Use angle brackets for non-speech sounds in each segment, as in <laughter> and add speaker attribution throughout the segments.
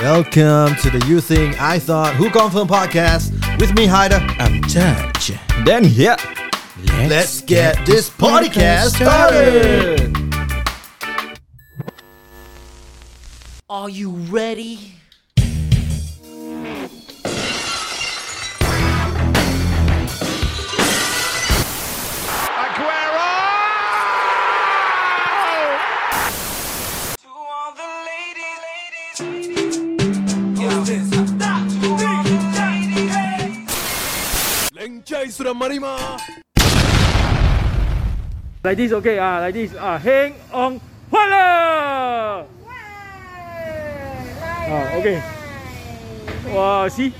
Speaker 1: Welcome to the You Think I Thought Who Confirm podcast with me, Hyder.
Speaker 2: I'm Touch.
Speaker 1: Then here,
Speaker 2: Let's,
Speaker 1: let's get this podcast started.
Speaker 3: Are you ready?
Speaker 4: To all the ladies, ladies, ladies. Yo. To all the ladies, ladies.
Speaker 5: Like this, okay, ah, like this, ah, hang on, voila! Ah, okay. Wow, see?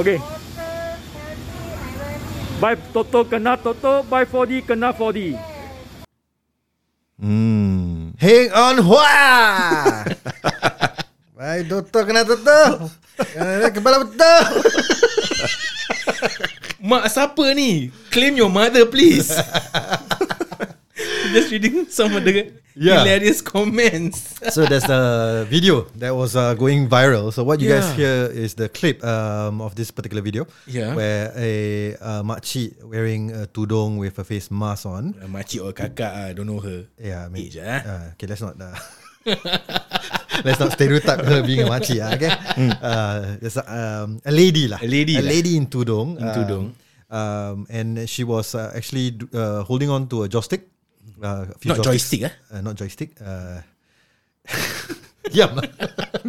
Speaker 5: Okay. Buy Toto kena Toto, buy 4D kena 4D.
Speaker 1: Hang on, wah! <laughs> Baik, doktor kena doktor. Kena Eh, kepala betul.
Speaker 2: Mak siapa ni? Claim your mother please. <laughs> Just reading some of the
Speaker 1: Yeah.
Speaker 2: hilarious comments.
Speaker 1: so there's the video that was uh, going viral. So what you guys hear
Speaker 2: Yeah.
Speaker 1: is the clip um, of this particular video,
Speaker 2: Yeah.
Speaker 1: where a uh, makcik wearing a tudung with a face mask on.
Speaker 2: Uh, makcik or kakak, I don't know her.
Speaker 1: Yeah, I mean,
Speaker 2: Age, eh?
Speaker 1: uh, okay, let's not. Uh, <laughs> let's not stereotype her being a makcik. ah, okay, uh, there's a, um, a lady lah.
Speaker 2: Hmm. A lady
Speaker 1: a
Speaker 2: lah.
Speaker 1: lady in tudung. In
Speaker 2: tudung.
Speaker 1: Um, and she was uh, actually uh, holding on to a joystick. Uh, a few
Speaker 2: Not
Speaker 1: joysticks.
Speaker 2: joystick, eh?
Speaker 1: Uh, not joystick. Uh, <laughs> Yum.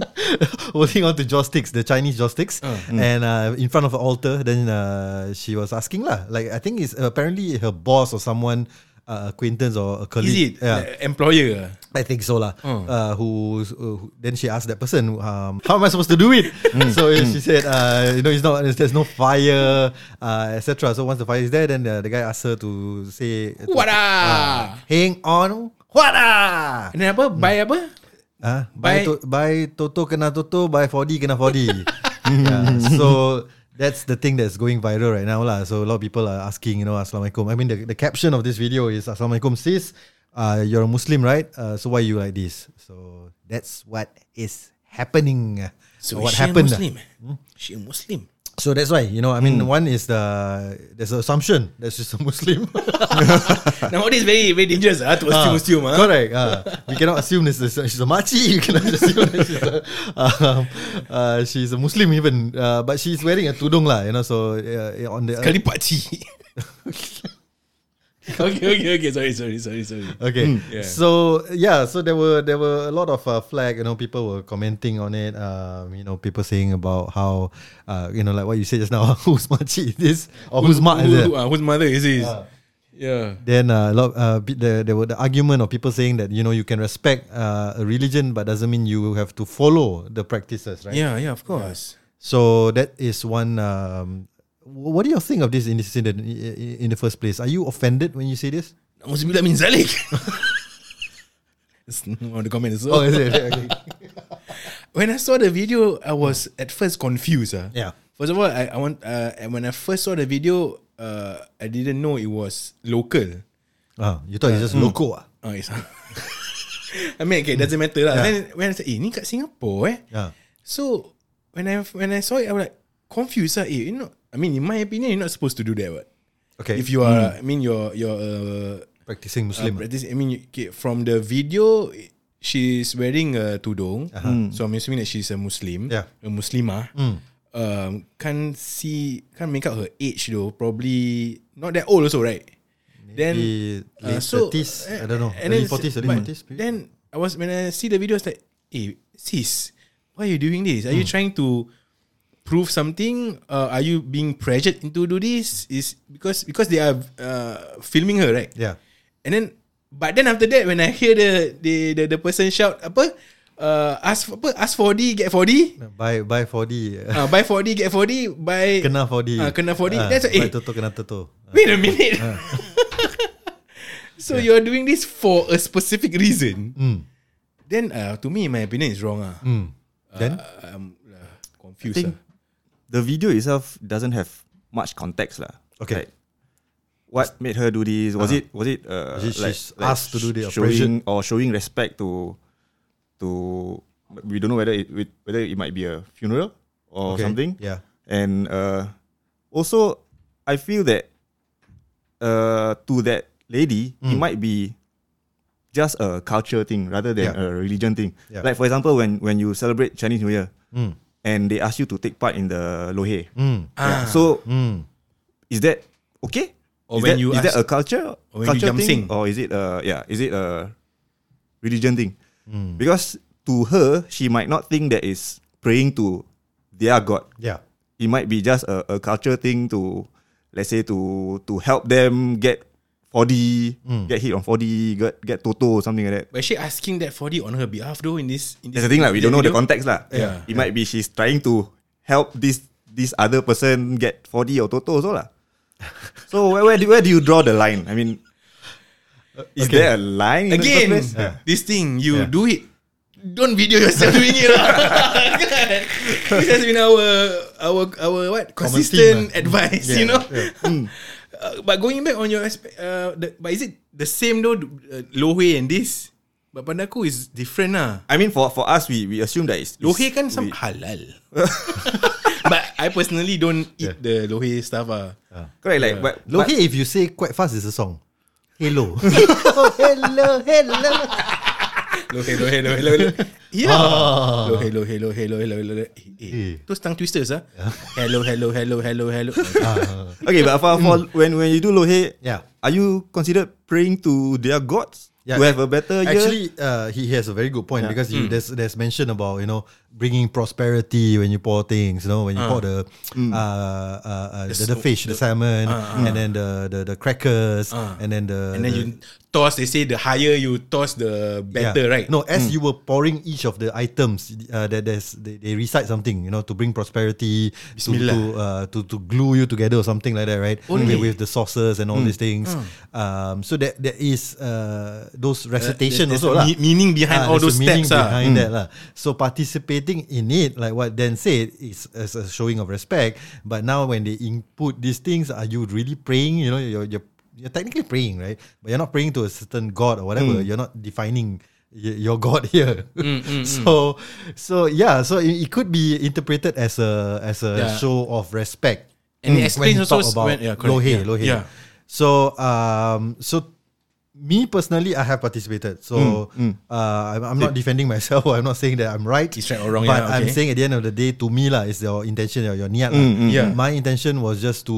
Speaker 1: <laughs> Holding on to joysticks, the Chinese joysticks,
Speaker 2: mm.
Speaker 1: and uh, in front of an altar. Then uh, she was asking lah, like I think it's apparently her boss or someone, uh, acquaintance or a
Speaker 2: Is
Speaker 1: colleague.
Speaker 2: it? Oh.
Speaker 1: Yeah,
Speaker 2: Like, employer. ah.
Speaker 1: I think so lah. Uh, who, who- then she asked that person, um, how am I supposed to do
Speaker 2: <laughs>
Speaker 1: it?
Speaker 2: Mm.
Speaker 1: so she said, uh, you know, it's not there's no fire, uh, etc. So once the fire is there, then the, the guy asked her to say, to-
Speaker 2: What
Speaker 1: uh,
Speaker 2: ah?
Speaker 1: hang on, what ah?
Speaker 2: And then apa? Buy apa?
Speaker 1: Ah, buy
Speaker 2: Buy-
Speaker 1: to, buy Toto kena Toto, buy 4D kena
Speaker 2: <laughs>
Speaker 1: 4D. yeah, so that's the thing that's going viral right now lah. So a lot of people are asking, you know, Assalamualaikum. I mean, the, the caption of this video is Assalamualaikum sis. Uh, you're a Muslim, right? Uh, so why you like this? So that's what is happening.
Speaker 2: So
Speaker 1: what
Speaker 2: she a
Speaker 1: happened? ah?
Speaker 2: Muslim? Hmm? She a Muslim.
Speaker 1: So that's why, you know, I mean, one is the there's an assumption that she's a Muslim.
Speaker 2: <laughs>
Speaker 1: <laughs>
Speaker 2: Nowadays very very dangerous ah
Speaker 1: Ah,
Speaker 2: to assume assume ah.
Speaker 1: Correct. ah. we cannot assume this is she's a machi. You cannot assume that she's a, um, uh, she's a Muslim even. Uh, but she's wearing a tudung lah, you know. So uh, on the
Speaker 2: Kali
Speaker 1: <laughs>
Speaker 2: pakcik. <laughs> okay okay okay sorry sorry sorry sorry.
Speaker 1: okay.
Speaker 2: yeah.
Speaker 1: So yeah, so there were there were a lot of uh, flag. You know, people were commenting on it. Um, you know, people saying about how, uh, you know, like what you said just now, <laughs> who's machi is this or who's mak is it?
Speaker 2: Who, ah, whose mother is this? yeah.
Speaker 1: Then uh, a lot, uh, pe- the, there were the argument of people saying that you know you can respect uh, a religion, but doesn't mean you have to follow the practices, right?
Speaker 2: Yeah, yeah, of course.
Speaker 1: So that is one. Um, wh- what do you think of this incident i- i- in the first place? Are you offended when you see
Speaker 2: <laughs>
Speaker 1: this?
Speaker 2: Nauzubillah min zalik. <laughs> It's on the comment so.
Speaker 1: Oh, is it? Okay.
Speaker 2: When I saw the video, I was at first confused. Ah,
Speaker 1: Yeah.
Speaker 2: First of all, I, I want uh, and when I first saw the video, uh, I didn't know it was local.
Speaker 1: <laughs> Ah, you thought it's just loco? Ah?
Speaker 2: Oh, it's <laughs> I mean, okay, it doesn't matter lah. Then when I said, eh, ni kat Singapore eh.
Speaker 1: Yeah.
Speaker 2: So when I when I saw it, I was like confused. Ah, eh, you know, I mean, in my opinion, you're not supposed to do that. What?
Speaker 1: Okay. Hmm.
Speaker 2: If you are, I mean, you're you're uh,
Speaker 1: practicing
Speaker 2: Uh,
Speaker 1: Muslim, ah.
Speaker 2: practice, I mean, you- okay, from the video, she's wearing a tudung. So I'm assuming that she's a Muslim.
Speaker 1: Uh-huh. Yeah. Hmm.
Speaker 2: A Muslimah. Um, can't see, can't make out her age though. Probably not that old also, right? Then,
Speaker 1: Maybe late
Speaker 2: uh,
Speaker 1: 30s, I don't know,
Speaker 2: Ah, eh, and
Speaker 1: early
Speaker 2: then-
Speaker 1: 40s, early
Speaker 2: but
Speaker 1: 40s, maybe.
Speaker 2: Then I was when I see the video, I was like, "Hey, sis, why are you doing this? Are
Speaker 1: Hmm.
Speaker 2: you trying to prove something? Uh, are you being pressured into do this? Is because because they are uh, filming her, right?
Speaker 1: yeah.
Speaker 2: And then but then after that when I hear the the the, the person shout apa uh, ask apa ask 4D get 4D
Speaker 1: By by 4D, uh, <laughs>
Speaker 2: uh, buy 4D get 4D buy
Speaker 1: kena 4D.
Speaker 2: Ah, kena 4D.
Speaker 1: Ah,
Speaker 2: That's what-
Speaker 1: by
Speaker 2: eh.
Speaker 1: Toto kena Toto.
Speaker 2: wait a minute <laughs> so you're doing this for a specific reason
Speaker 1: Mm.
Speaker 2: then uh, to me my opinion is wrong ah
Speaker 1: Mm. Then
Speaker 2: uh, I'm uh, confused
Speaker 6: think- the video itself doesn't have much context lah.
Speaker 1: Okay.
Speaker 6: Like, what made her do this? Was it was it uh
Speaker 1: Was it
Speaker 6: like,
Speaker 1: she's
Speaker 6: like
Speaker 1: asked to do the
Speaker 6: showing or showing respect to to But we don't know whether it it- whether it might be a funeral or
Speaker 1: Okay,
Speaker 6: something.
Speaker 1: Yeah.
Speaker 6: And uh, also, I feel that uh, to that lady, it
Speaker 2: Hmm.
Speaker 6: might be just a culture thing rather than
Speaker 1: Yeah.
Speaker 6: a religion thing.
Speaker 1: Yeah.
Speaker 6: Like for example, when when you celebrate Chinese New Year,
Speaker 1: Mm.
Speaker 2: Hmm.
Speaker 6: and they ask you to take part in the lohe.
Speaker 1: Mm.
Speaker 2: Ah.
Speaker 6: Yeah, So
Speaker 1: Mm.
Speaker 6: is that okay?
Speaker 2: Or
Speaker 6: is
Speaker 2: when
Speaker 6: that,
Speaker 2: you
Speaker 6: is that
Speaker 2: ask-
Speaker 6: a culture
Speaker 2: or when you
Speaker 6: culture
Speaker 2: jump sing.
Speaker 6: thing, or is it a yeah? Is it a religion thing?
Speaker 2: Hmm.
Speaker 6: Because to her, she might not think that is praying to their god.
Speaker 1: Yeah.
Speaker 6: It might be just a, a culture thing to let's say to to help them get 4D,
Speaker 2: Hmm.
Speaker 6: get hit on 4D, get get Toto or something like that.
Speaker 2: But she asking that 4D on her behalf though in this. In this
Speaker 6: That's the thing lah. We don't know the
Speaker 2: video?
Speaker 6: context lah.
Speaker 2: Yeah.
Speaker 6: It might be she's trying to help this this other person get 4D or Toto also lah. So where where do, where do you draw the line? I mean, is there a line in the
Speaker 2: Again,
Speaker 6: first place?
Speaker 2: this thing
Speaker 1: Yeah.
Speaker 2: you do it. Don't video yourself doing it lah. <laughs> Kan? this has been our our our what
Speaker 1: Common
Speaker 2: consistent
Speaker 1: theme lah.
Speaker 2: advice,
Speaker 1: Yeah,
Speaker 2: you know.
Speaker 1: yeah.
Speaker 2: <laughs> Uh, but going back on your aspect, uh, the, but is it the same though? Uh, Lohe and this, but pada aku is different lah.
Speaker 6: I mean, for for us, we we assume that it's
Speaker 2: Lohe
Speaker 6: it's-
Speaker 2: kan some
Speaker 6: we-
Speaker 2: halal. <laughs> but I personally don't eat the lohe stuff ah.
Speaker 6: correct like but,
Speaker 1: Lohe,
Speaker 6: but
Speaker 1: if you say quite fast, it's a song. Hello.
Speaker 2: <laughs>
Speaker 1: <laughs> Oh, hello, hello.
Speaker 2: Lohe lohe lohe lohe. lohe. Yeah. Lohe lohe lohe lohe lohe lohe.
Speaker 1: Ah. Eh.
Speaker 2: Eh, eh. Terus tongue twisters ah. Hello hello hello hello hello.
Speaker 1: Ah.
Speaker 6: okay, but for, for when when you do lohe,
Speaker 1: Yeah.
Speaker 6: are you considered praying to their gods
Speaker 1: Yeah.
Speaker 6: to have a better year?
Speaker 1: Actually, uh, he he has a very good point because you, there's there's mention about you know bringing prosperity when you pour things, you know when you pour the, uh, uh, uh, the, the
Speaker 2: so-
Speaker 1: fish, the, salmon, and then the the, the crackers, and then the
Speaker 2: And then
Speaker 1: the-
Speaker 2: you toss. They say the higher you toss, the
Speaker 1: yeah.
Speaker 2: better, right?
Speaker 1: No, as you were pouring each of the items, uh, that there's they, they recite something, you know, to bring prosperity, to to, uh, to to glue you together or something like that, right? With, with the sauces and all these things. Um, so that there is uh, those recitation
Speaker 2: there's
Speaker 1: also lah.
Speaker 2: a me- meaning behind
Speaker 1: Ah,
Speaker 2: all
Speaker 1: there's
Speaker 2: those
Speaker 1: a meaning
Speaker 2: steps ah.
Speaker 1: behind that lah. So participating in it, like what Dan said, is as a showing of respect. But now when they input these things, are you really praying? You know, you're you're, you're technically praying, right? But you're not praying to a certain god or whatever.
Speaker 2: Hmm.
Speaker 1: You're not defining y- your god <laughs> here. so so yeah, so it, it could be interpreted as a as a
Speaker 2: Yeah.
Speaker 1: show of respect. Hmm,
Speaker 2: And it
Speaker 1: when
Speaker 2: explains
Speaker 1: you
Speaker 2: also
Speaker 1: talk
Speaker 2: s-
Speaker 1: about
Speaker 2: when- yeah, correct,
Speaker 1: lohe,
Speaker 2: yeah,
Speaker 1: lohe.
Speaker 2: yeah.
Speaker 1: So um so me personally, I have participated. So Uh, I'm, I'm not defending <laughs> myself. or I'm not saying that I'm right.
Speaker 2: Hmm, It's right or wrong,
Speaker 1: But
Speaker 2: yeah,
Speaker 1: I'm
Speaker 2: okay. Hmm,
Speaker 1: saying at the end of the day, to me lah, is your intention or your niat. lah.
Speaker 2: Yeah.
Speaker 1: My intention was just to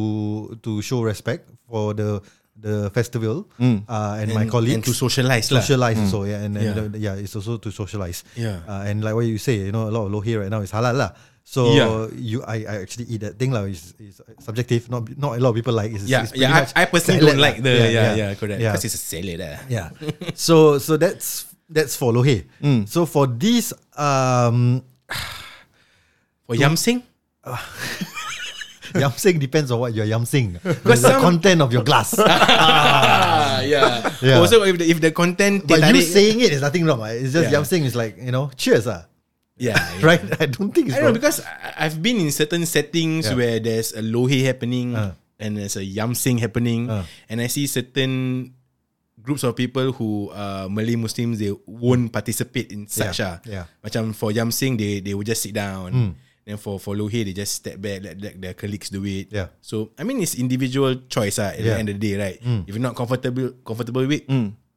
Speaker 1: to show respect for the the festival uh, and, my colleagues
Speaker 2: Hmm. and to socialize lah.
Speaker 1: socialize also yeah and, and
Speaker 2: Mm. Yeah.
Speaker 1: the- yeah. it's also to socialize
Speaker 2: Yeah.
Speaker 1: uh, and like what you say you know a lot of lohe right now is halal lah so
Speaker 2: Yeah.
Speaker 1: you I, I actually eat that thing lah it's, it's subjective not not a lot of people like it. it's,
Speaker 2: Yeah,
Speaker 1: it's pretty
Speaker 2: yeah. I,
Speaker 1: much
Speaker 2: I personally
Speaker 1: salad
Speaker 2: don't
Speaker 1: lah.
Speaker 2: like the yeah yeah, correct
Speaker 1: yeah.
Speaker 2: because it's a salad lah.
Speaker 1: <laughs> yeah
Speaker 2: <laughs>
Speaker 1: so so that's that's for lohe
Speaker 2: Mm.
Speaker 1: so for this um <laughs>
Speaker 2: For yamsing,
Speaker 1: yamsing depends on what you're
Speaker 2: <laughs>
Speaker 1: yamsing the
Speaker 2: some-
Speaker 1: content of your
Speaker 2: <laughs>
Speaker 1: glass
Speaker 2: ah yeah.
Speaker 1: Yeah.
Speaker 2: Also if the, if the content
Speaker 1: but you
Speaker 2: tertarik-
Speaker 1: saying it is nothing wrong ah. it's just
Speaker 2: Yeah.
Speaker 1: yamsing is like you know cheers ah
Speaker 2: yeah, yeah.
Speaker 1: <laughs> right I don't think it's
Speaker 2: I don't
Speaker 1: wrong.
Speaker 2: know because I- I've been in certain settings
Speaker 1: Yeah.
Speaker 2: where there's a lohe happening
Speaker 1: Uh.
Speaker 2: and there's a yamsing happening,
Speaker 1: Uh.
Speaker 2: and I see certain groups of people who are Malay Muslims they won't participate in such
Speaker 1: Yeah,
Speaker 2: yeah.
Speaker 1: yeah. Hmm.
Speaker 2: Macam for yamsing they they will just sit down. Then for for lohe they just step back let, let their colleagues do it.
Speaker 1: Yeah.
Speaker 2: So I mean it's individual choice ah, at
Speaker 1: Yeah. Hmm.
Speaker 2: the end of the day right. If you're not comfortable comfortable with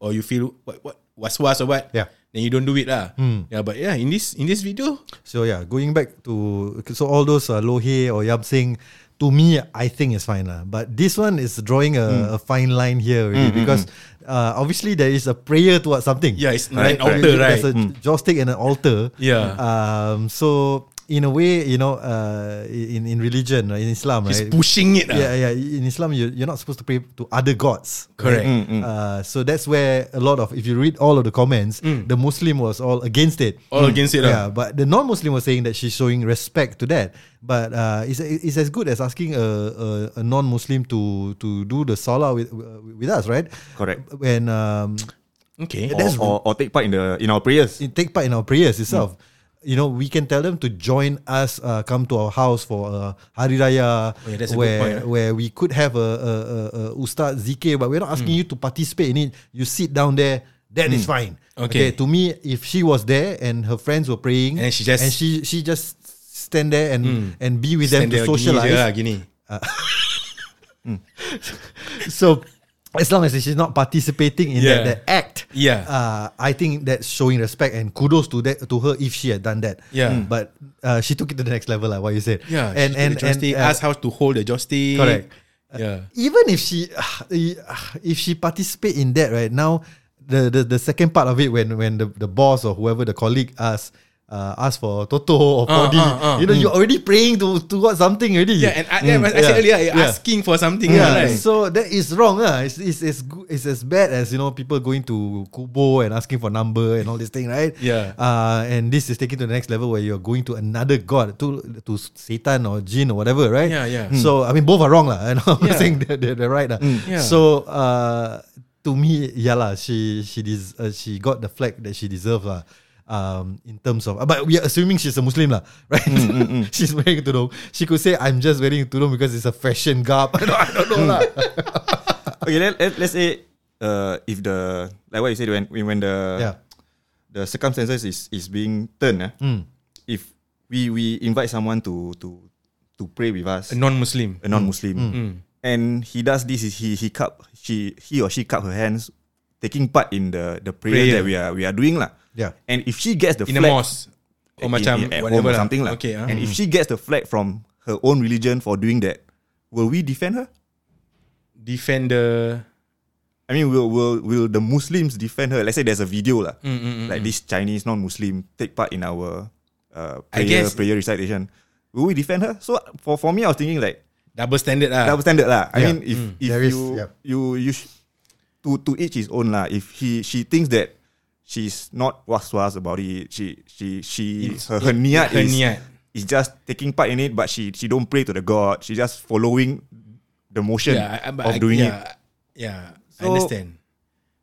Speaker 2: or you feel what what was was or what
Speaker 1: Yeah. Hmm.
Speaker 2: then you don't do it lah. Yeah, but yeah in this in this video
Speaker 1: So yeah, going back to so all those uh, lohe or yamsing, to me I think is fine lah. But this one is drawing a,
Speaker 2: Hmm.
Speaker 1: a fine line here really because uh, obviously there is a prayer towards something.
Speaker 2: Yeah, it's an
Speaker 1: Right,
Speaker 2: altar, right?
Speaker 1: There's
Speaker 2: Hmm.
Speaker 1: a joystick and an altar.
Speaker 2: Yeah.
Speaker 1: Um. So in a way, you know, uh, in in religion, right, in Islam,
Speaker 2: He's
Speaker 1: right?
Speaker 2: pushing it. ah. Yeah.
Speaker 1: Yeah, yeah. In Islam, you you're not supposed to pray to other gods.
Speaker 2: Correct. Hmm.
Speaker 1: Uh, so that's where a lot of if you read all of the comments, the Muslim was all against it.
Speaker 2: Hmm. All against it. ah. lah.
Speaker 1: Yeah,
Speaker 2: Yeah.
Speaker 1: but the non-Muslim was saying that she's showing respect to that. But uh, it's it's as good as asking a, a, a non-Muslim to to do the salah with with us, right?
Speaker 6: Correct.
Speaker 1: When um,
Speaker 2: Okay.
Speaker 1: Yeah,
Speaker 6: or,
Speaker 1: that's-
Speaker 6: or, or take part in the in our prayers.
Speaker 1: you take part in our prayers
Speaker 2: Hmm.
Speaker 1: itself. You know, we can tell them to join us, uh, come to our house for uh, Hari Raya,
Speaker 2: yeah, that's a good
Speaker 1: where
Speaker 2: point, eh?
Speaker 1: where we could have a, a,
Speaker 2: Hmm.
Speaker 1: a, a Ustaz zikir, but we're not asking you to participate in it. You sit down there, that is fine.
Speaker 2: Okay.
Speaker 1: To me, if she was there and her friends were praying,
Speaker 2: And she just-
Speaker 1: and
Speaker 2: Hmm.
Speaker 1: she she just stand there and and be with
Speaker 2: Stand
Speaker 1: them to
Speaker 2: there,
Speaker 1: socialize.
Speaker 2: Gini je lah, gini.
Speaker 1: <laughs> So as long as she's not participating in
Speaker 2: Yeah.
Speaker 1: that, that act,
Speaker 2: Yeah.
Speaker 1: uh, I think that's showing respect and kudos to that to her if she had done that.
Speaker 2: Yeah.
Speaker 1: Mm. But uh, she took it to the next level, like what you said.
Speaker 2: yeah.
Speaker 1: And and
Speaker 2: she took the joystick,
Speaker 1: and uh,
Speaker 2: ask how to hold the joystick.
Speaker 1: Correct.
Speaker 2: Yeah.
Speaker 1: even if she uh, if she participate in that right now, the the, the second part of it when when the, the boss or whoever the colleague asks. Uh, ask for Toto or
Speaker 2: Ah,
Speaker 1: Podi.
Speaker 2: ah, ah.
Speaker 1: you know, you're already praying to towards something already. Hmm.
Speaker 2: Yeah, and I, yeah, I said
Speaker 1: Yeah.
Speaker 2: earlier,
Speaker 1: Yeah. Mm.
Speaker 2: asking for something.
Speaker 1: Yeah,
Speaker 2: Yeah, Mm. right?
Speaker 1: so that is wrong. ah. It's, it's, it's, go- it's as bad as, you know, people going to Kubo and asking for number and all this thing, right?
Speaker 2: Yeah.
Speaker 1: Uh, and this is taken to the next level where you're going to another god, to to Satan or Jin or whatever, right?
Speaker 2: Yeah, yeah. Hmm.
Speaker 1: So, I mean, both are wrong. lah. <laughs> And I'm
Speaker 2: Yeah. Hmm.
Speaker 1: not saying they're, they're, they're right. lah.
Speaker 2: Yeah.
Speaker 1: So, uh, to me, yeah, lah, she, she, des- uh, she got the flag that she deserved. lah. Um, in terms of, but we are assuming she's a Muslim, lah, <laughs> right?
Speaker 2: Hmm,
Speaker 1: she's wearing tudung. She could say, "I'm just wearing tudung because it's a fashion garb." <laughs> I don't know, lah.
Speaker 6: Okay, let, let, let's say uh, if the like what you said when when the
Speaker 1: Yeah.
Speaker 6: the circumstances is is being turned, eh, if we we invite someone to to to pray with
Speaker 2: A
Speaker 6: us,
Speaker 2: non-Muslim.
Speaker 6: a non-Muslim, and he does this, is he he cup she he or she cup her hands, taking part in the the prayer,
Speaker 2: Prayer.
Speaker 6: that we are we are doing lah.
Speaker 1: Yeah.
Speaker 6: And if she gets the
Speaker 2: In a
Speaker 6: flag,
Speaker 2: mosque. Or
Speaker 6: in-
Speaker 2: macam
Speaker 6: in- at home
Speaker 2: whatever
Speaker 6: or
Speaker 2: lah.
Speaker 6: something lah.
Speaker 2: Okay. ah.
Speaker 6: And if she gets the flag from her own religion for doing that, will we defend her?
Speaker 2: defend the
Speaker 6: I mean, will will will the Muslims defend her? Let's say there's a video lah,
Speaker 2: Mm,
Speaker 6: like this Chinese non-Muslim take part in our uh,
Speaker 2: I
Speaker 6: prayer
Speaker 2: guess-
Speaker 6: prayer recitation. Will we defend her? So for for me, I was thinking like
Speaker 2: double standard lah.
Speaker 6: double standard lah. I
Speaker 1: Yeah.
Speaker 6: mean, if if
Speaker 1: There is,
Speaker 6: you
Speaker 1: yeah.
Speaker 6: you you sh- to to each his own lah. If he she thinks that she's not was was about it, she she she her, her niat
Speaker 2: her
Speaker 6: is
Speaker 2: niat.
Speaker 6: is just taking part in it, but she she don't pray to the god. She just following the motion
Speaker 2: yeah, I, but
Speaker 6: of
Speaker 2: I,
Speaker 6: doing it.
Speaker 2: yeah, Yeah, I
Speaker 6: So-
Speaker 2: understand.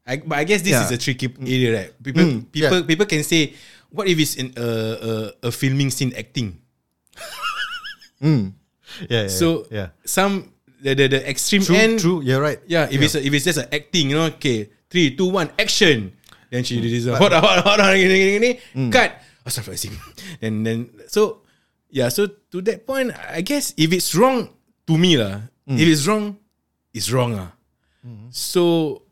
Speaker 2: I, but I guess this
Speaker 6: Yeah.
Speaker 2: is
Speaker 6: Mm,
Speaker 2: a tricky area, right? People, people, people can say, "What if it's in a a, a filming scene acting?"
Speaker 1: yeah, yeah.
Speaker 2: So
Speaker 1: yeah,
Speaker 2: some the the, the extreme
Speaker 1: true,
Speaker 2: end.
Speaker 1: true. You're right.
Speaker 2: Yeah, if it's a, if it's just an acting, you know, okay, three, two, one, action. Then she did this. uh, Hold on, hold on, hold on, gini, gini, gini,
Speaker 1: Hmm.
Speaker 2: cut. Astaghfirullahaladzim. Then then so yeah, so to that point, I guess if it's wrong to me lah,
Speaker 1: Hmm.
Speaker 2: if it's wrong, it's wrong lah. So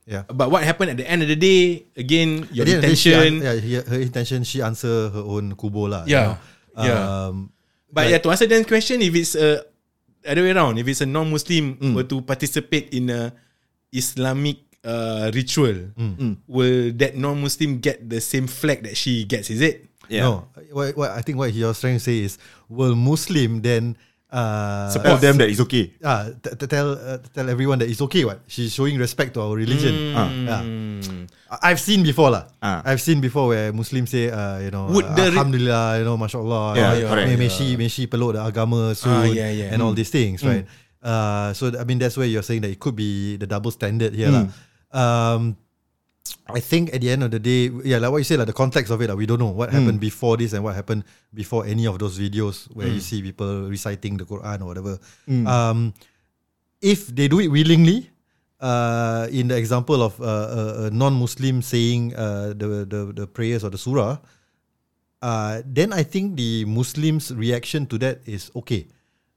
Speaker 1: Yeah.
Speaker 2: but what happened at the end of the day? Again, your
Speaker 1: At the end of the day, she an-
Speaker 2: intention.
Speaker 1: yeah, he- her intention. She answer her own kubo lah.
Speaker 2: Yeah,
Speaker 1: you know.
Speaker 2: yeah.
Speaker 1: Um,
Speaker 2: But yeah, to answer that question, if it's a other way around, if it's a non-Muslim
Speaker 1: Mm.
Speaker 2: were to participate in a Islamic uh, ritual,
Speaker 1: Mm.
Speaker 2: will that non-Muslim get the same flag that she gets? Is it
Speaker 6: Yeah.
Speaker 1: No, what, what I think what he was trying to say is, will Muslim then uh,
Speaker 6: Tell them that it's okay.
Speaker 1: Ah, t- t- tell uh, tell everyone that it's okay. What she's showing respect to our
Speaker 2: Mm. Hmm.
Speaker 1: religion. Ah, yeah. I- I've seen before lah.
Speaker 6: Ah.
Speaker 1: I've seen before where Muslims say, uh, you know,
Speaker 2: Would
Speaker 1: uh,
Speaker 2: the re-
Speaker 1: Alhamdulillah, you know, mashallah,
Speaker 6: Yeah,
Speaker 1: you know,
Speaker 6: correct.
Speaker 1: may, may she may she peluk the agama soon,
Speaker 2: Ah, yeah, yeah.
Speaker 1: and
Speaker 2: Mm.
Speaker 1: all these things, right? Uh, so I mean that's where you're saying that it could be the double standard here
Speaker 2: Mm.
Speaker 1: lah. Um, I think at the end of the day, yeah, like what you said, like the context of it, like, we don't know what
Speaker 2: Mm.
Speaker 1: happened before this and what happened before any of those videos where
Speaker 2: Mm.
Speaker 1: you see people reciting the Quran or whatever. Um, if they do it willingly, uh, in the example of uh, a, a non-Muslim saying uh, the, the the prayers or the surah, uh, then I think the Muslims' reaction to that is okay,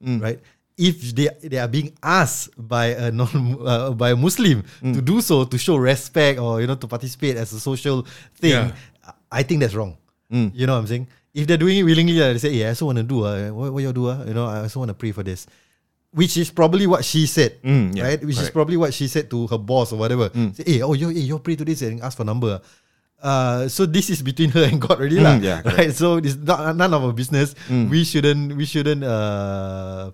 Speaker 6: Mm.
Speaker 1: right? If they they are being asked by a non <laughs> uh, by a Muslim
Speaker 6: Mm.
Speaker 1: to do so to show respect or you know to participate as a social thing,
Speaker 2: Yeah.
Speaker 1: I I think that's wrong.
Speaker 6: Mm.
Speaker 1: You know what I'm saying? If they're doing it willingly, uh, they say, "Yeah, I also want to do. Uh, what, what you do? Uh, you know, I also want to pray for this." Which is probably what she said,
Speaker 6: Mm, yeah,
Speaker 1: right? Which is
Speaker 6: correct.
Speaker 1: probably what she said to her boss or whatever.
Speaker 6: Mm.
Speaker 1: Say, "Hey, oh, you, hey, you pray to this and ask for number." ah." Uh, so this is between her and God already, lah.
Speaker 6: Mm, yeah, correct. Mm.
Speaker 1: right? So it's not, none of our business. We shouldn't. We shouldn't. Uh,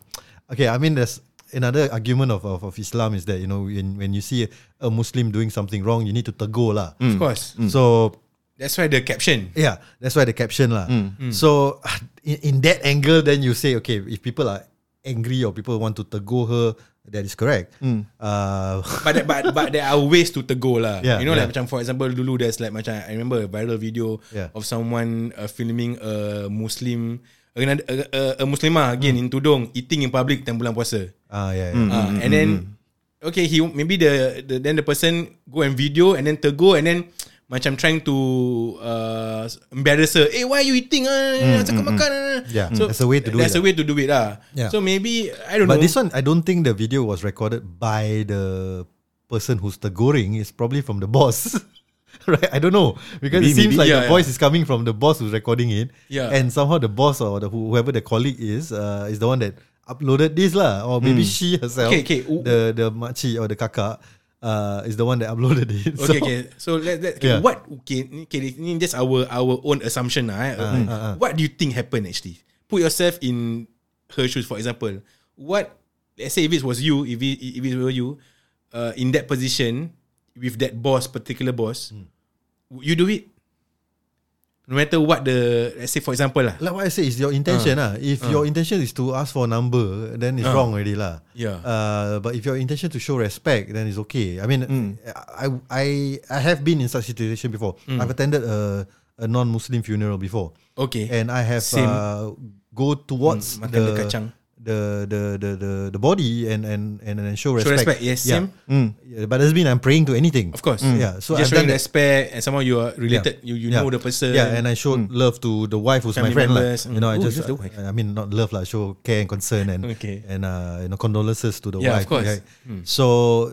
Speaker 1: okay, I mean, there's another argument of, of, of Islam is that you know when, when you see a Muslim doing something wrong, you need to tegur lah.
Speaker 6: Mm,
Speaker 2: of course?
Speaker 1: So
Speaker 2: That's why the caption.
Speaker 1: yeah, that's why the caption lah.
Speaker 6: Mm.
Speaker 1: So in, in that angle, then you say, okay, if people are angry or people want to tegur her, that is correct.
Speaker 6: Mm.
Speaker 1: Uh,
Speaker 2: but there- but but there are ways to tegur lah.
Speaker 1: Yeah,
Speaker 2: you know,
Speaker 1: yeah.
Speaker 2: like macam for example, dulu there's like macam I remember a viral video
Speaker 1: Yeah.
Speaker 2: of someone uh, filming a Muslim, another- a, a, a Muslimah
Speaker 1: Mm.
Speaker 2: again in tudung eating in public time bulan puasa.
Speaker 1: ah, yeah, yeah.
Speaker 2: Ah, and mm. then okay, he maybe the, the then the person go and video and then tegur and then macam trying to uh, embarrass her. Hey, why you eating? Ah, mm, makan. ah."
Speaker 1: Yeah, there's a way to do
Speaker 2: there's
Speaker 1: it
Speaker 2: a way to do it lah.
Speaker 1: Yeah.
Speaker 2: So maybe I don't
Speaker 1: But
Speaker 2: know.
Speaker 1: this one, I don't think the video was recorded by the person who's the goring. It's probably from the boss. <laughs> right? I don't know. Because it
Speaker 6: Maybe,
Speaker 1: seems like
Speaker 2: maybe, yeah,
Speaker 1: the
Speaker 2: yeah.
Speaker 1: voice is coming from the boss who's recording it.
Speaker 2: Yeah.
Speaker 1: And somehow the boss or the, who- whoever the colleague is, uh, is the one that uploaded this lah. Or maybe she herself,
Speaker 2: Hmm. Okay, okay. O-
Speaker 1: the the machi or the kakak, uh, is the one that uploaded it. <laughs> So-
Speaker 2: Okay, okay. So let, let okay,
Speaker 1: Yeah.
Speaker 2: what okay, ni- okay ni- ni just our our own assumption lah. Eh.
Speaker 1: ah, ah.
Speaker 2: What do you think happened actually? Put yourself in her shoes, for example. What let's say if it was you, if it, if it were you, uh, in that position with that boss, particular boss,
Speaker 1: Hmm.
Speaker 2: would you do it? No matter what the let's say for example lah.
Speaker 1: Like what I say, is your
Speaker 2: Ah.
Speaker 1: intention lah. If your intention is to ask for a number, then it's wrong already lah.
Speaker 2: Yeah.
Speaker 1: Uh, but if your intention to show respect, then it's okay. I mean,
Speaker 2: Hmm.
Speaker 1: I I I have been in such situation before. I've attended a a non-Muslim funeral before,
Speaker 2: Hmm. Okay.
Speaker 1: and I have
Speaker 2: Same.
Speaker 1: uh, go towards
Speaker 2: Mm, makan
Speaker 1: the,
Speaker 2: the kacang.
Speaker 1: the the the the the body and and and, and show
Speaker 2: Show
Speaker 1: respect.
Speaker 2: respect, yes,
Speaker 1: Yeah. Hmm.
Speaker 2: same.
Speaker 1: Yeah, But doesn't mean I'm praying to anything. Hmm.
Speaker 2: of course.
Speaker 1: Mm.
Speaker 2: Hmm.
Speaker 1: Yeah. So
Speaker 2: just
Speaker 1: I've
Speaker 2: showing
Speaker 1: done that.
Speaker 2: respect and somehow you are related. You you
Speaker 1: Yeah.
Speaker 2: know the person. Hmm.
Speaker 1: Yeah, and I showed love to the wife who's my
Speaker 2: Family
Speaker 1: friend. lah.
Speaker 2: members.
Speaker 1: You know, I
Speaker 2: Ooh,
Speaker 1: just,
Speaker 2: just the wife.
Speaker 1: I mean, not love, like show care and concern and
Speaker 2: Okay.
Speaker 1: and uh, you know condolences to the
Speaker 2: Yeah,
Speaker 1: wife.
Speaker 2: of course. Hmm.
Speaker 1: right? So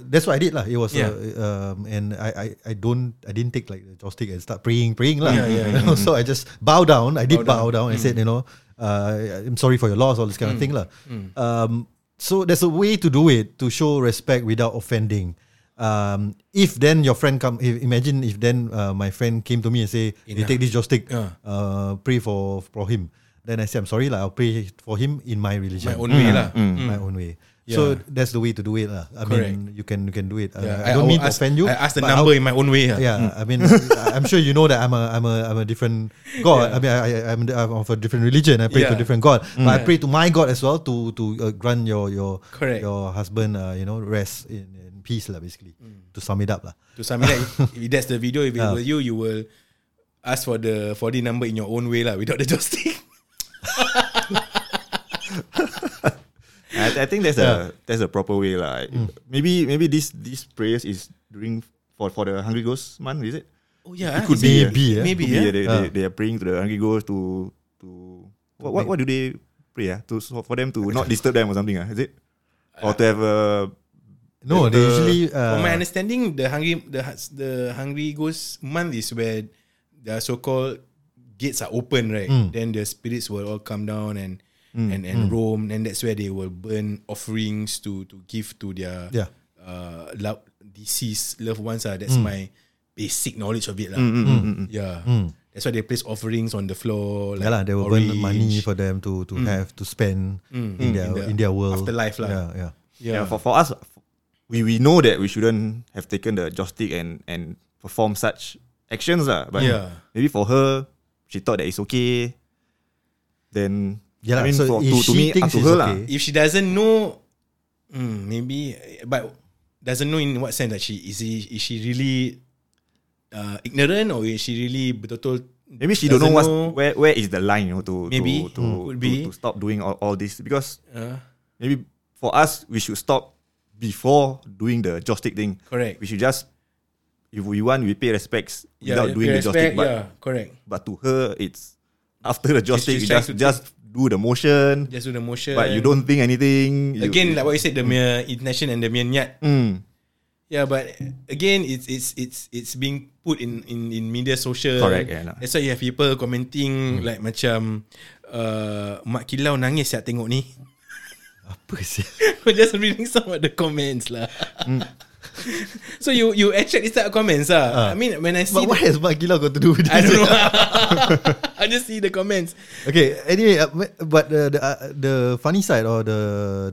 Speaker 1: that's what I did, lah. It was,
Speaker 2: Yeah.
Speaker 1: uh, um, and I, I I don't I didn't take like the joystick and start praying praying, lah. Hmm.
Speaker 2: Yeah, yeah,
Speaker 1: You know, So I just bow down. I did bow, down and
Speaker 2: Mm.
Speaker 1: said, you know, uh, I'm sorry for your loss, all this kind of thing, lah.
Speaker 2: Mm.
Speaker 1: Um, so there's a way to do it to show respect without offending. Um, if then your friend come, if, imagine if then uh, my friend came to me and say, "They take this joystick,
Speaker 2: Yeah.
Speaker 1: uh, pray for for him." Then I say, "I'm sorry, lah. I'll pray for him in my religion, Mm.
Speaker 2: my own way lah. Mm.
Speaker 1: my own way." So that's the way to do it, lah. I mean, you can you can do it. Uh,
Speaker 2: Yeah,
Speaker 1: I don't
Speaker 2: will
Speaker 1: mean to
Speaker 2: ask-
Speaker 1: offend you.
Speaker 2: I ask the
Speaker 1: but I
Speaker 2: number
Speaker 1: would-
Speaker 2: in my own way. ah.
Speaker 1: yeah, I mean, I- I'm sure you know that I'm a I'm a I'm a different God. I mean, I, I I'm, I'm of a different religion. I pray to
Speaker 2: Yeah.
Speaker 1: a
Speaker 2: Hmm.
Speaker 1: different God, but I pray to my God as well to to uh, grant your your
Speaker 2: Correct.
Speaker 1: your husband, uh, you know, rest in, in peace, lah. Basically,
Speaker 2: Hmm.
Speaker 1: to sum it up, lah.
Speaker 2: To sum it
Speaker 6: <laughs>
Speaker 2: up, if- if that's the video, if it were you, you will ask for the 4D number in your own way lah, without the <laughs> joystick.
Speaker 6: I, I think that's a that's a proper way lah. Maybe maybe this this prayers is during for for the Hungry Ghost month, is it?
Speaker 2: Oh yeah,
Speaker 6: It
Speaker 1: it?
Speaker 6: could be
Speaker 1: Maybe,
Speaker 6: yeah.
Speaker 1: eh?
Speaker 2: Maybe,
Speaker 6: Could be,
Speaker 2: yeah.
Speaker 6: They, they,
Speaker 1: Ah.
Speaker 6: they are praying to the Hungry Ghost to to what what, what do they pray ah? To so for them to not disturb them or something ah? Is it? Or to have a
Speaker 1: No, they
Speaker 6: The-
Speaker 1: usually uh,
Speaker 2: From my understanding, the hungry the hus- the hungry ghost month is where the so called gates are open, right?
Speaker 6: Hmm.
Speaker 2: Then the spirits will all come down and and and roam, and that's where they will burn offerings to to give to their
Speaker 1: Yeah.
Speaker 2: uh love, deceased loved ones. Ah,
Speaker 6: Hmm.
Speaker 2: that's my basic knowledge of it, lah. Yeah.
Speaker 6: Hmm.
Speaker 2: That's why they place offerings on the floor. Like
Speaker 1: yeah, lah, they will burn money for them to to have to spend in their
Speaker 2: Hmm. In the
Speaker 1: in their world
Speaker 2: afterlife lah.
Speaker 1: Yeah, yeah.
Speaker 6: yeah. for for us we we know that we shouldn't have taken the joystick and and perform such actions lah. But
Speaker 2: Yeah.
Speaker 6: maybe for her, she thought that it's okay. Then
Speaker 1: Yeah,
Speaker 6: I
Speaker 1: lah,
Speaker 6: mean
Speaker 1: so
Speaker 6: for,
Speaker 1: if
Speaker 6: to, to
Speaker 1: she
Speaker 6: me up
Speaker 1: thinks
Speaker 6: to
Speaker 1: it's
Speaker 6: her lah.
Speaker 1: okay,
Speaker 2: if she doesn't know, mm, maybe, but doesn't know in what sense that she is she is she really uh, ignorant or is she really betul-betul
Speaker 6: Maybe she don't know
Speaker 2: doesn't
Speaker 6: what's, where where is the line you know, to
Speaker 2: Maybe.
Speaker 6: to to,
Speaker 2: Mm. Could
Speaker 6: to,
Speaker 2: be.
Speaker 6: to stop doing all, all this because
Speaker 2: Uh,
Speaker 6: maybe for us we should stop before doing the joystick thing.
Speaker 2: Correct.
Speaker 6: We should just if we want we pay respects
Speaker 2: yeah,
Speaker 6: without
Speaker 2: pay
Speaker 6: doing the joystick.
Speaker 2: respect,
Speaker 6: But
Speaker 2: yeah, correct.
Speaker 6: but to her it's after the joystick
Speaker 2: she's
Speaker 6: you
Speaker 2: trying to
Speaker 6: just just do the motion,
Speaker 2: Just do the motion.
Speaker 6: but you don't think anything. You-
Speaker 2: Again, like what you said, the mere intention and the mere nyat.
Speaker 6: Mm.
Speaker 2: Yeah, but again, it's it's it's it's being put in in in media social.
Speaker 6: Correct, yeah, lah.
Speaker 2: That's why you have people commenting like macam uh, mak kilau nangis ya tengok ni. <laughs>
Speaker 1: Apa sih?
Speaker 2: We're just reading some of the comments lah. <laughs> so you you attract this type of comments ah. I mean when I see,
Speaker 1: But what
Speaker 2: the,
Speaker 1: has Magila got to do with this?
Speaker 2: <laughs> I don't know. <laughs> I just see the comments.
Speaker 1: Okay. Anyway, uh, but the the, uh, the funny side or the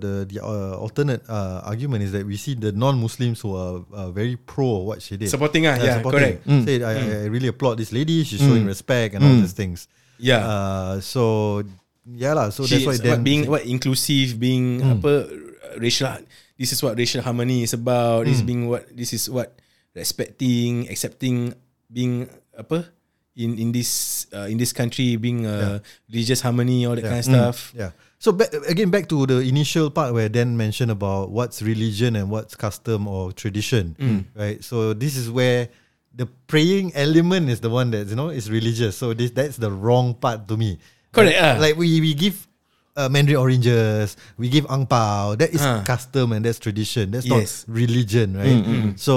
Speaker 1: the the uh, alternate uh, argument is that we see the non-Muslims who are uh, very pro what she did, Mm.
Speaker 2: Supporting ah, yeah, correct. Mm.
Speaker 1: Say I, I really applaud this lady. She's showing respect and all these things.
Speaker 2: Yeah.
Speaker 1: Uh, so yeah lah. So
Speaker 2: She,
Speaker 1: that's why Hmm.
Speaker 2: what
Speaker 1: then
Speaker 2: being what inclusive, being apa racial. This is what racial harmony is about.
Speaker 1: Hmm.
Speaker 2: This being what this is what respecting, accepting, being apa in in this uh, in this country, being uh, religious harmony, all that kind of stuff.
Speaker 1: Yeah. So back, again, back to the initial part where Dan mentioned
Speaker 2: Mm.
Speaker 1: about what's religion and what's custom or tradition, right? So this is where the praying element is the one that's you know is religious. So this that's the wrong part to me.
Speaker 2: Correct,
Speaker 1: Like,
Speaker 2: ah.
Speaker 1: like we we give uh, mandarin oranges, we give ang pao. That is
Speaker 2: Ah.
Speaker 1: custom and that's tradition. That's
Speaker 2: Yes. Mm,
Speaker 1: not religion, right? So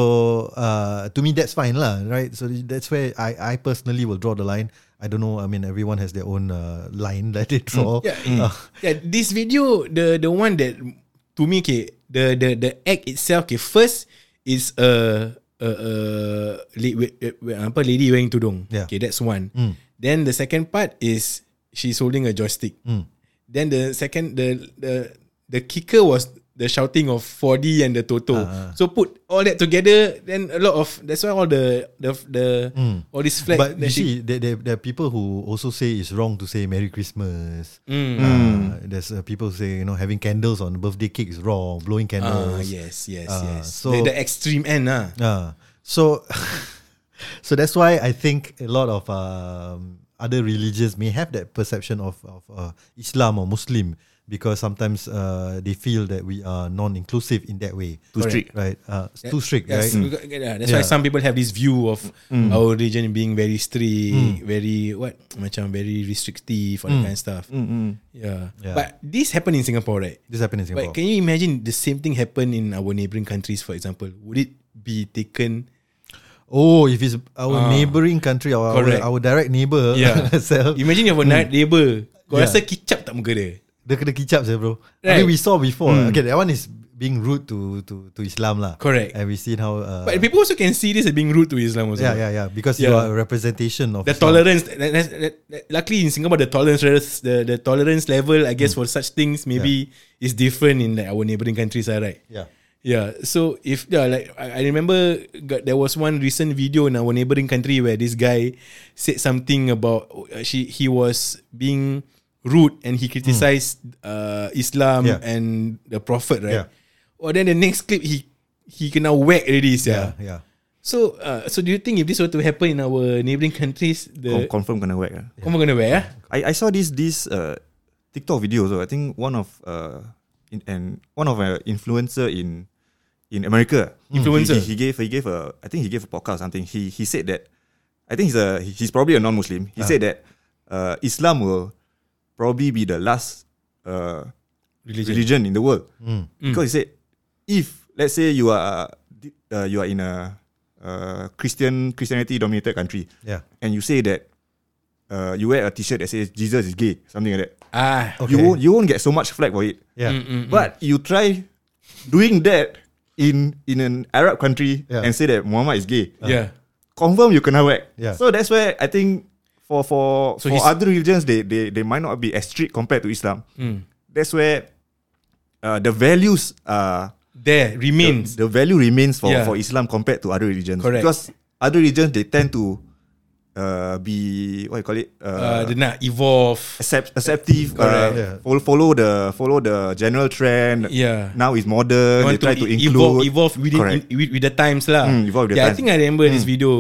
Speaker 1: uh, to me that's fine lah, right? So that's where I I personally will draw the line. I don't know. I mean, everyone has their own uh, line <laughs> that they draw. Uh,
Speaker 2: Mm. Yeah, yeah, this video, the the one that to me, okay, the the the act itself, okay, first is a a, a la- we- we- we- apa lady wearing tudung.
Speaker 1: Yeah. Hmm.
Speaker 2: Okay, that's one.
Speaker 1: mm,
Speaker 2: Then the second part is she's holding a joystick.
Speaker 1: mm.
Speaker 2: Then the second the the the kicker was the shouting of 4D and the Toto.
Speaker 1: Ah.
Speaker 2: So put all that together, then a lot of that's why all the the the all this flag.
Speaker 1: Hmm. But you
Speaker 2: that she-
Speaker 1: see, there, there, there are people who also say it's wrong to say Merry Christmas.
Speaker 2: Hmm. Mm.
Speaker 1: Uh, there's uh, people who say you know having candles on birthday cake is wrong. Blowing
Speaker 2: Ah,
Speaker 1: candles.
Speaker 2: yes,
Speaker 1: uh,
Speaker 2: yes,
Speaker 1: Ah,
Speaker 2: yes.
Speaker 1: so-
Speaker 2: the, the extreme end, ah.
Speaker 1: Ah, so, <laughs> so that's why I think a lot of um, other religions may have that perception of, of uh, Islam or Muslim because sometimes uh, they feel that we are non-inclusive in that way.
Speaker 6: Too strict.
Speaker 1: right? Uh, it's too strict,
Speaker 2: Yes, Mm.
Speaker 1: right?
Speaker 2: because- yeah, that's
Speaker 1: Yeah.
Speaker 2: why
Speaker 1: Hmm.
Speaker 2: some people have this view of our religion being very strict, very what, macam very restrictive, all that kind of stuff. Yeah.
Speaker 1: Hmm. Yeah.
Speaker 2: but this happened in Singapore, right?
Speaker 1: This happened in Singapore.
Speaker 2: But can you imagine the same thing happen in our neighboring countries, for example? Would it be taken?
Speaker 1: Oh, if it's our neighboring country, our, our,
Speaker 2: Ah. Correct.
Speaker 1: our direct neighbor <laughs>
Speaker 2: Yeah.
Speaker 1: itself,
Speaker 2: Imagine you have a night neighbor, kau
Speaker 1: Hmm. Yeah.
Speaker 2: rasa kicap tak muka dia.
Speaker 1: dia kena kicap saya bro. I
Speaker 2: Right. Mm.
Speaker 1: mean, we saw before. Okay, that one is being rude to to to Islam lah.
Speaker 2: Correct.
Speaker 1: And we seen how. Uh,
Speaker 2: But people also can see this as being rude to Islam also.
Speaker 1: yeah, yeah, yeah. Because you are
Speaker 2: Yeah.
Speaker 1: a representation of
Speaker 2: The
Speaker 1: Islam.
Speaker 2: tolerance, that, that, that, that- luckily in Singapore, the tolerance levels- the, the tolerance level, I
Speaker 1: Hmm.
Speaker 2: guess, for such things maybe is different in like our neighboring countries, ah, right?
Speaker 1: Yeah.
Speaker 2: Yeah. So if yeah, like I, I remember got, there was one recent video in our neighboring country where this guy said something about uh, she he was being rude and he criticized uh, Islam
Speaker 1: Yeah.
Speaker 2: and the Prophet, right?
Speaker 1: Yeah.
Speaker 2: Or then the next clip he he kena whack already,
Speaker 1: Yeah,
Speaker 2: yeah.
Speaker 1: yeah.
Speaker 2: So uh, so do you think if this were to happen in our neighboring countries, the
Speaker 6: Con- confirm kena whack lah.
Speaker 2: Kamu gonna wear? ah?
Speaker 6: I, I saw this this uh, TikTok video. So I think one of uh, in, and one of an influencer in in America Hmm.
Speaker 2: Influencer.
Speaker 6: He, he gave he gave a I think he gave a podcast or something. He he said that I think he's a he's probably a non-Muslim. He said that uh, Islam will probably be the last uh, religion. in the world because he said if let's say you are uh, you are in a uh, Christian Christianity dominated country
Speaker 1: Yeah.
Speaker 6: and you say that uh, you wear a T-shirt that says Jesus is gay, something like that,
Speaker 2: Ah,
Speaker 1: Okay.
Speaker 6: you won't you won't get so much flag for it.
Speaker 1: yeah.
Speaker 6: But you try doing that in in an Arab country
Speaker 1: Yeah.
Speaker 6: and say that Muhammad is gay,
Speaker 2: yeah.
Speaker 6: confirm you kena whack.
Speaker 1: Yeah.
Speaker 6: So that's where I think for for
Speaker 2: So
Speaker 6: for
Speaker 2: he's-
Speaker 6: other religions they, they they might not be as strict compared to Islam.
Speaker 1: Mm.
Speaker 6: That's where uh, the values are
Speaker 2: There remains.
Speaker 6: the value remains for,
Speaker 2: Yeah.
Speaker 6: for Islam compared to other religions.
Speaker 2: Correct.
Speaker 6: Because other religions they tend to uh, be what you call it
Speaker 2: uh,
Speaker 6: uh,
Speaker 2: they nak evolve.
Speaker 6: accept, acceptive.
Speaker 2: Correct.
Speaker 6: Uh,
Speaker 1: Yeah.
Speaker 6: follow, follow the follow the general trend.
Speaker 2: Yeah.
Speaker 6: Now it's modern.
Speaker 2: They
Speaker 6: They
Speaker 2: want
Speaker 6: try to,
Speaker 2: e-
Speaker 6: include
Speaker 2: evolve, evolve within
Speaker 6: Correct.
Speaker 2: with, with the times lah.
Speaker 6: Mm, evolve with the
Speaker 2: yeah, I
Speaker 6: times.
Speaker 2: think I remember this video.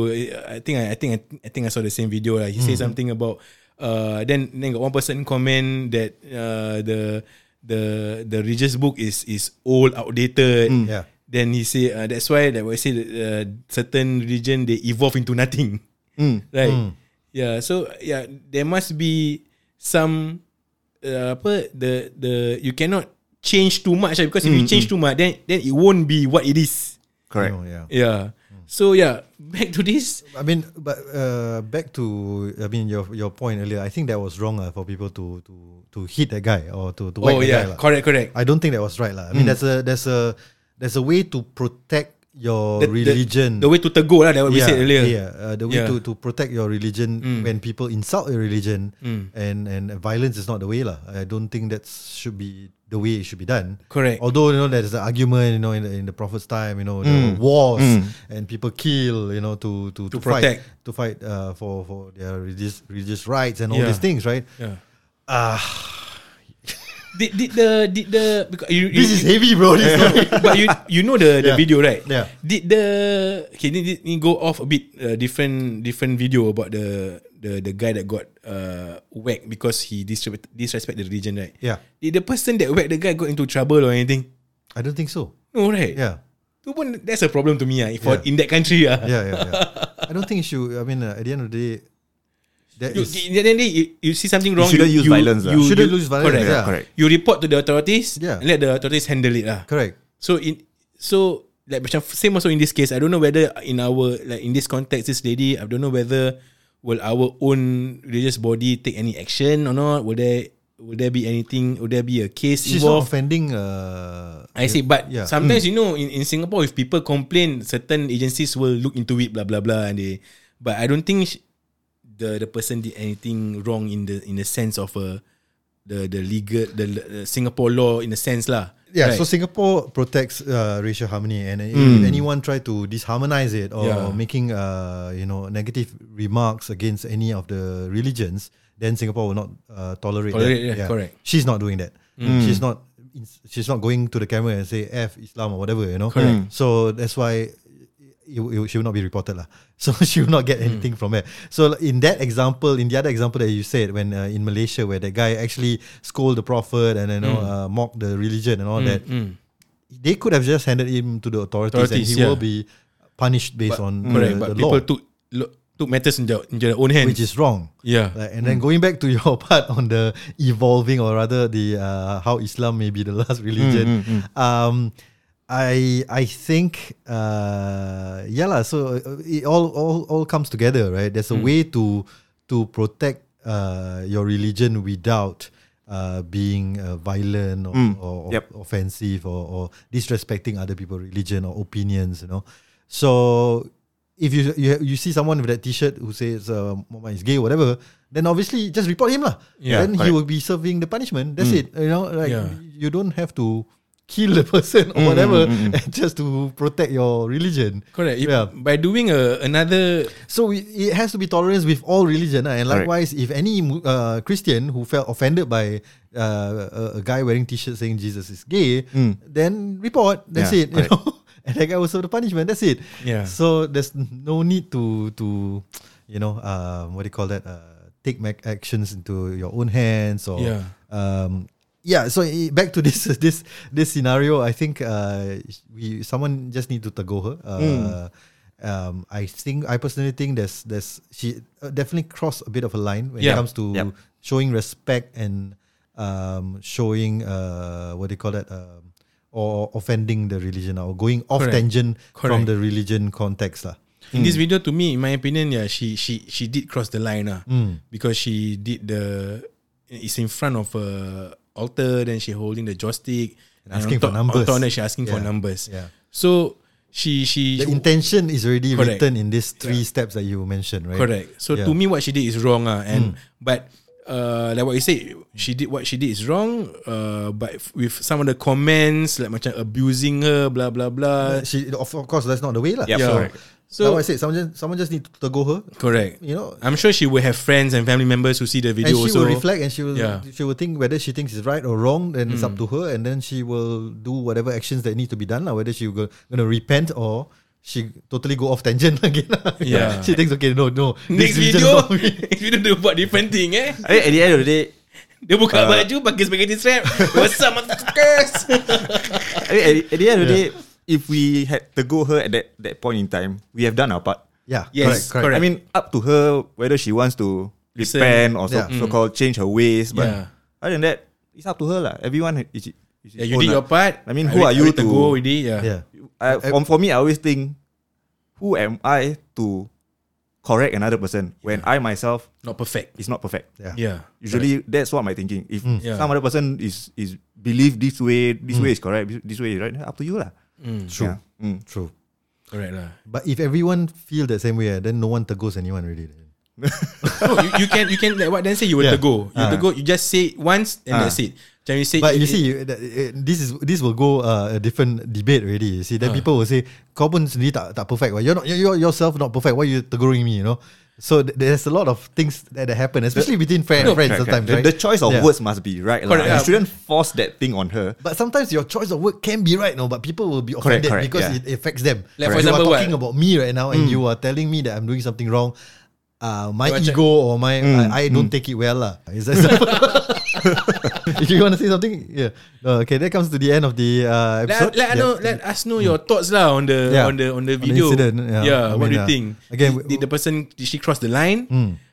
Speaker 2: I think I, I think I, I think I saw the same video. Like he said something about uh then then got one person comment that uh the the the religious book is is old outdated.
Speaker 1: Yeah.
Speaker 2: Then he say uh, that's why that I say that, uh, certain religion they evolve into nothing. <laughs> Right. Yeah. So yeah, there must be some uh, apa the the you cannot change too much right? because if you change too much then then it won't be what it is.
Speaker 1: You
Speaker 6: correct.
Speaker 1: know, yeah.
Speaker 2: Yeah. So yeah, back to this.
Speaker 1: I mean, but uh, back to I mean your your point earlier. I think that was wrong uh, for people to to to hit that guy or to to whack
Speaker 2: oh
Speaker 1: that guy
Speaker 2: yeah,
Speaker 1: lah.
Speaker 2: correct, correct.
Speaker 1: I don't think that was right lah. I mean, there's a there's a there's a way to protect your
Speaker 2: The- the-
Speaker 1: religion.
Speaker 2: The, way to tegur lah that what we
Speaker 1: yeah,
Speaker 2: said earlier.
Speaker 1: Yeah, uh, the way
Speaker 2: Yeah. Mm.
Speaker 1: to to protect your religion when people insult your religion and and violence is not the way lah. I don't think that should be the way it should be done.
Speaker 2: Correct.
Speaker 1: Eh, Although you know there's an argument, you know, in the, in the prophet's time, you know, there were wars and people kill, you know, to to
Speaker 2: Mm. To
Speaker 1: fight,
Speaker 2: protect.
Speaker 1: to fight uh, for for their religious religious rights and all
Speaker 2: Yeah.
Speaker 1: these things, right? Ah,
Speaker 2: Yeah. Did, did the did the because you, you,
Speaker 1: This is heavy, bro. This topic.
Speaker 2: <laughs> but you you know the the
Speaker 1: Yeah.
Speaker 2: video right?
Speaker 1: Yeah.
Speaker 2: Did the okay? Did, did, did go off a bit uh, different different video about the the the guy that got uh whacked because he disrespect disrespect the religion right?
Speaker 1: Yeah.
Speaker 2: Did the person that whacked the guy got into trouble or anything?
Speaker 1: I don't think so.
Speaker 2: No right?
Speaker 1: Yeah.
Speaker 2: Tu pun that's a problem to me ah. For
Speaker 1: Yeah.
Speaker 2: in that country ah. <laughs>
Speaker 1: Yeah, yeah, yeah. I don't think it should. I mean, uh, at the end of the day, that
Speaker 2: You,
Speaker 1: is-
Speaker 2: then they- you, you see something wrong,
Speaker 6: shouldn't use violence lah.
Speaker 2: You,
Speaker 1: shouldn't
Speaker 2: you-
Speaker 1: lose violence.
Speaker 2: Correct.
Speaker 1: yeah.
Speaker 6: correct.
Speaker 2: You report to the authorities
Speaker 1: Yeah.
Speaker 2: and let the authorities handle it lah.
Speaker 1: Correct.
Speaker 2: So in so like macam same also in this case, I don't know whether in our like in this context, this lady, I don't know whether will our own religious body take any action or not? Will there will there be anything? Will there be a case
Speaker 1: She's not
Speaker 2: involved?
Speaker 1: offending. Uh,
Speaker 2: I say, but
Speaker 1: Yeah. Hmm.
Speaker 2: sometimes you know in, in Singapore, if people complain, certain agencies will look into it, blah blah blah, and they. But I don't think sh- the the person did anything wrong in the in the sense of uh, the the legal the, the Singapore law in a sense lah.
Speaker 1: yeah.
Speaker 2: Right.
Speaker 1: So
Speaker 2: Hmm.
Speaker 1: Singapore protects uh, racial harmony, and if anyone try to disharmonize it or
Speaker 2: Yeah.
Speaker 1: making uh, you know negative remarks against any of the religions, then Singapore will not uh, tolerate.
Speaker 2: Tolerate,
Speaker 1: that.
Speaker 2: yeah, correct. Hmm.
Speaker 1: She's not doing that. She's not. She's not going to the camera and say "f Islam" or whatever. You know. Correct. So that's why. It, it, she will not be reported lah. <laughs> So she will not get
Speaker 2: Hmm.
Speaker 1: anything from it. So in that example, in the other example that you said, when uh, in Malaysia where that guy actually scold the prophet and you know
Speaker 2: Hmm.
Speaker 1: uh, mock the religion and all that, they could have just handed him to the authorities, and
Speaker 2: Authorities,
Speaker 1: he
Speaker 2: yeah.
Speaker 1: will be punished based on
Speaker 2: correct,
Speaker 1: the,
Speaker 2: but
Speaker 1: mm, the
Speaker 2: people
Speaker 1: law,
Speaker 2: took lo- took matters in their, in their own hands.
Speaker 1: which is wrong.
Speaker 2: yeah,
Speaker 1: Like, and then going back to <laughs> your part on the evolving, or rather the uh, how Islam may be the last religion. Um, I I think uh, yeah lah. So uh, it all all all comes together, right? There's a way to to protect uh, your religion without. Uh, being uh, violent or, or,
Speaker 6: Yep.
Speaker 1: offensive or, or disrespecting other people's religion or opinions, you know. So if you you, you see someone with that T-shirt who says uh, Muhammad is gay, whatever, then obviously just report him lah.
Speaker 2: Yeah, Hmm.
Speaker 1: then he
Speaker 6: correct.
Speaker 1: will be serving the punishment. That's it. You know, like
Speaker 2: Yeah. Hmm,
Speaker 1: you don't have to kill the <laughs> person or whatever <laughs> just to protect your religion.
Speaker 2: correct. If-
Speaker 1: Yeah.
Speaker 2: By doing a, another
Speaker 1: So we, it has to be tolerance with all religion, ah. and
Speaker 6: Correct.
Speaker 1: likewise, if any mu- uh, Christian who felt offended by uh, a, a guy wearing T-shirt saying Jesus is gay, then report. That's it.
Speaker 6: Hmm. Yeah,
Speaker 1: You
Speaker 6: correct.
Speaker 1: know, <laughs> and that guy will serve the punishment. That's it.
Speaker 2: Yeah.
Speaker 1: So there's no need to to, you know, um, what do you call that? Uh, take mac- actions into your own hands or
Speaker 2: Yeah.
Speaker 1: um, yeah. So i- back to <laughs> this this this scenario, I think uh, we someone just need to tago her. Uh,
Speaker 2: Hmm.
Speaker 1: um, I think I personally think there's there's she uh, definitely crossed a bit of a line when it
Speaker 2: Yeah.
Speaker 1: comes to
Speaker 6: Yep.
Speaker 1: showing respect and um, showing uh, what do you call that um, or offending the religion or going off
Speaker 2: Correct.
Speaker 1: tangent from
Speaker 2: Correct.
Speaker 1: the religion context lah.
Speaker 2: in this
Speaker 1: Hmm.
Speaker 2: video, to me, in my opinion, yeah, she she she did cross the line, ah,
Speaker 1: Hmm.
Speaker 2: because she did the it's in front of a altar, then she holding the joystick, and
Speaker 1: asking for
Speaker 2: on top-
Speaker 1: numbers.
Speaker 2: On top of that, she asking for
Speaker 1: Yeah.
Speaker 2: numbers.
Speaker 1: Yeah.
Speaker 2: So she she
Speaker 1: The intention is already
Speaker 2: Correct.
Speaker 1: written in these three steps that you mentioned, right?
Speaker 2: Correct. So
Speaker 1: Yeah. Hmm.
Speaker 2: to me, what she did is wrong, ah, and but uh, like what you say, she did what she did is wrong. Uh, but f- with some of the comments like macam abusing her, blah blah blah.
Speaker 1: She, of, of course, that's not the way lah.
Speaker 6: Yep.
Speaker 1: So,
Speaker 2: Yeah.
Speaker 1: so
Speaker 2: So-
Speaker 1: like I said, someone just, someone just need to tago her.
Speaker 2: Correct.
Speaker 1: You know,
Speaker 2: I'm sure she will have friends and family members who see the
Speaker 1: and
Speaker 2: video.
Speaker 1: she
Speaker 2: also.
Speaker 1: will reflect and she will
Speaker 2: Yeah.
Speaker 1: she will think whether she thinks it's right or wrong then it's up to her and then she will do whatever actions that need to be done lah, whether she go, gonna repent or she totally go off tangent <laughs> again lah.
Speaker 2: Yeah.
Speaker 1: she thinks okay no no
Speaker 2: Next
Speaker 1: this religion is
Speaker 2: video,
Speaker 1: not me.
Speaker 2: <laughs> next video dia buat different thing eh.
Speaker 6: I mean, at the end of the day,
Speaker 2: Dia buka baju pakai spaghetti strap. What's up, motherfuckers?
Speaker 6: I mean, at, at the end of the day, if we had to go her at that, that point in time, we have done our part.
Speaker 1: yeah
Speaker 2: Yes,
Speaker 1: correct, correct.
Speaker 2: correct.
Speaker 6: I mean, up to her whether she wants to
Speaker 2: Listen.
Speaker 6: repent or so,
Speaker 1: Yeah.
Speaker 6: so-called change her ways. But
Speaker 2: Yeah.
Speaker 6: other than that, it's up to her lah. Everyone, is, is
Speaker 2: yeah, Ya, you did your part.
Speaker 6: I mean, who are you
Speaker 2: to
Speaker 6: to-
Speaker 2: go with it? Yeah.
Speaker 1: yeah
Speaker 6: I, for, for me, I always think, who am I to correct another person when I myself
Speaker 2: Not perfect.
Speaker 6: is not perfect?
Speaker 1: yeah
Speaker 2: Yeah. Mm.
Speaker 6: Usually, that's what my thinking. If
Speaker 2: Yeah. Mm.
Speaker 6: some other person is is believe this way, this way is correct, this way is right. Up to you lah.
Speaker 1: true
Speaker 6: Yeah. Mm.
Speaker 1: true
Speaker 2: Correct <laughs> lah.
Speaker 1: but if everyone feel the same way eh, then no one tagos anyone really
Speaker 2: No, Oh, you, you can you can like what then say you will
Speaker 1: Yeah.
Speaker 2: to go. You to go. You just say it once and
Speaker 6: Ah.
Speaker 2: that's it. Macam you say,
Speaker 1: But
Speaker 2: it-
Speaker 1: you
Speaker 2: it-
Speaker 1: see, that- eh, this is this will go uh, a different debate already. You see,
Speaker 6: Ah.
Speaker 1: then people will say, "Kau pun sendiri tak tak perfect. Why you're not you're yourself not perfect? Why you teguring me? You know." So th- there's a lot of things that that happen, especially between friend,
Speaker 2: No,
Speaker 1: friends
Speaker 6: Correct,
Speaker 1: sometimes.
Speaker 6: correct.
Speaker 1: Right?
Speaker 6: The, the choice of
Speaker 1: Yeah.
Speaker 6: words must be right. lah.
Speaker 2: Correct,
Speaker 6: You
Speaker 2: yeah.
Speaker 6: shouldn't force that thing on her.
Speaker 1: But sometimes your choice of word can be right, no. But people will be offended
Speaker 6: correct,
Speaker 1: because
Speaker 6: yeah. Hmm.
Speaker 1: it affects them.
Speaker 2: Like, for
Speaker 1: you are
Speaker 2: example,
Speaker 1: talking
Speaker 2: what?
Speaker 1: about me right now, and you are telling me that I'm doing something wrong. uh, my
Speaker 2: Macam-
Speaker 1: ego or my
Speaker 6: Hmm,
Speaker 1: I, I don't take it well lah. Is that <laughs> If you want to say something, yeah. No, okay, that comes to the end of the uh,
Speaker 2: Let,
Speaker 1: episode.
Speaker 2: let, I
Speaker 1: Yeah.
Speaker 2: know, let us know your thoughts lah on the
Speaker 1: Yeah.
Speaker 2: on the on
Speaker 1: On the
Speaker 2: the video.
Speaker 1: incident, yeah. I
Speaker 2: what
Speaker 1: mean, yeah.
Speaker 2: do you think?
Speaker 1: Again,
Speaker 2: did,
Speaker 1: we- Mm.
Speaker 2: did the person did she cross the line,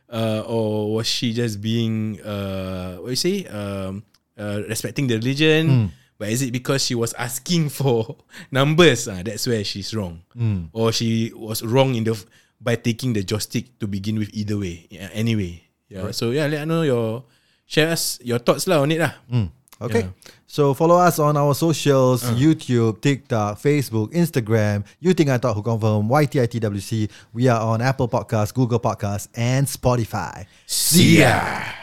Speaker 2: uh, or was she just being uh, what you say, um, uh, respecting the
Speaker 1: Mm.
Speaker 2: religion? But is it because she was asking for <laughs> numbers? Ah, that's where she's wrong,
Speaker 1: Mm.
Speaker 2: or she was wrong in the f- by taking the joystick to begin with. Either way, yeah, anyway, yeah. So yeah, let us know your share us your thoughts lah on it lah.
Speaker 1: Mm. Hmm. Okay.
Speaker 2: Yeah.
Speaker 1: So follow us on our socials,
Speaker 6: Hmm.
Speaker 1: YouTube, TikTok, Facebook, Instagram, You Think I Thought Who Confirm, YTITWC. We are on Apple Podcasts, Google Podcasts, and Spotify.
Speaker 2: See ya.